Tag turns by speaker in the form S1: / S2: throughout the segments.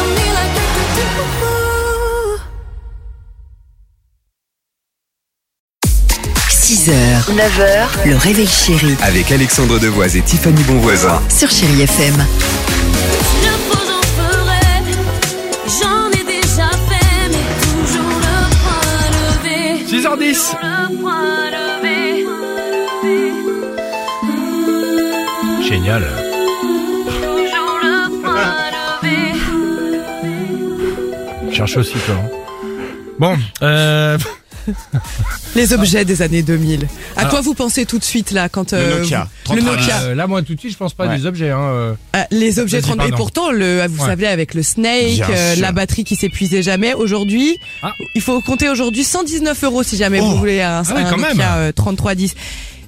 S1: on me like do, do, do, do.
S2: 6h, 9h, le réveil chéri
S3: Avec Alexandre Devoise et Tiffany Bonvoisin.
S2: sur Chérie FM.
S1: Je vous en ferai, j'en ai déjà fait, mais toujours le point levé.
S4: 6h10
S1: Le point levé.
S4: Génial
S1: Toujours le point levé.
S4: Cherche aussi toi. hein. Bon, euh,
S5: Les objets des années 2000. À quoi vous pensez tout de suite là quand euh,
S6: Nokia.
S5: vous- le Nokia.
S4: euh, là moi tout de suite je pense pas à des objets. Hein, euh.
S5: Ah, les objets
S4: Vas-y,
S5: 30 et
S4: pardon.
S5: pourtant le vous
S4: Ouais.
S5: savez avec le Snake,
S6: Bien
S5: euh,
S6: sûr.
S5: la batterie qui s'épuisait jamais. Aujourd'hui,
S4: Ah.
S5: il faut compter aujourd'hui 119 euros si jamais vous
S6: Oh.
S5: voulez un,
S4: Ah ouais,
S5: un
S4: quand même.
S5: Nokia euh, 3310.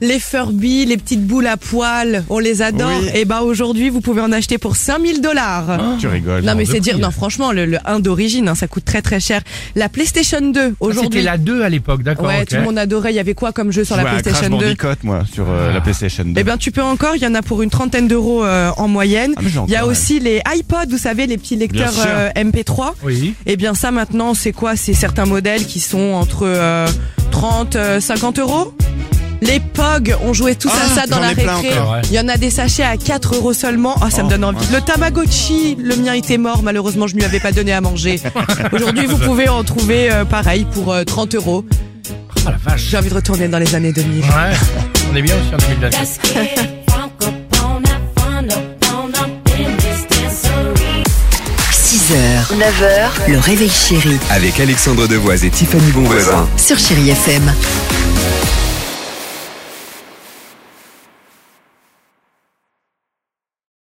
S5: Les Furby, les petites boules à poils, on les adore.
S6: Oui.
S5: Et ben aujourd'hui, vous pouvez en acheter pour 5000 dollars.
S4: Ah,
S6: Tu rigoles.
S5: Non mais
S4: de
S5: c'est dire
S4: prix.
S5: non franchement le, le 1 d'origine hein, ça coûte très très cher. La PlayStation 2
S4: Ah, C'était
S5: aujourd'hui
S4: la 2 à l'époque, d'accord.
S5: Ouais,
S4: ok.
S5: tout le monde adorait, il y avait quoi comme jeu sur
S6: Je
S5: la
S6: jouais à
S5: PlayStation 2
S6: Crash Bandicoot, moi, sur euh, la PlayStation 2.
S5: Eh bien, tu peux encore. Il y en a pour une trentaine d'euros euh, en moyenne.
S6: Ah, mais j'ai
S5: Il y a
S6: encore,
S5: aussi les iPods, vous savez, les petits lecteurs
S6: sûr.
S5: euh, MP3.
S4: Oui.
S5: Eh bien, ça maintenant, c'est quoi C'est certains modèles qui sont entre euh, 30, euh, 50 euros. Les POG, on jouait tous à
S6: Ah,
S5: ça dans
S6: j'en
S5: la
S6: ai plein
S5: récré.
S4: encore, ouais.
S5: Il y en a des sachets à 4 euros seulement. Oh, ça me
S6: Oh,
S5: donne envie. Le Tamagotchi, le mien était mort. Malheureusement, je ne lui avais pas donné à manger. Aujourd'hui, vous pouvez en trouver euh, pareil pour euh, 30 euros.
S6: Ah,
S4: Oh la vache.
S5: J'ai envie de retourner dans les années 2000.
S4: Ouais. On est bien aussi en 2000
S1: Let's get drunk upon that fun upon up in this dancery.
S2: 6h, 9h, le réveil chéri
S3: Avec Alexandre Devoise et Tiffany Bonvoisin.
S2: sur Chérie FM.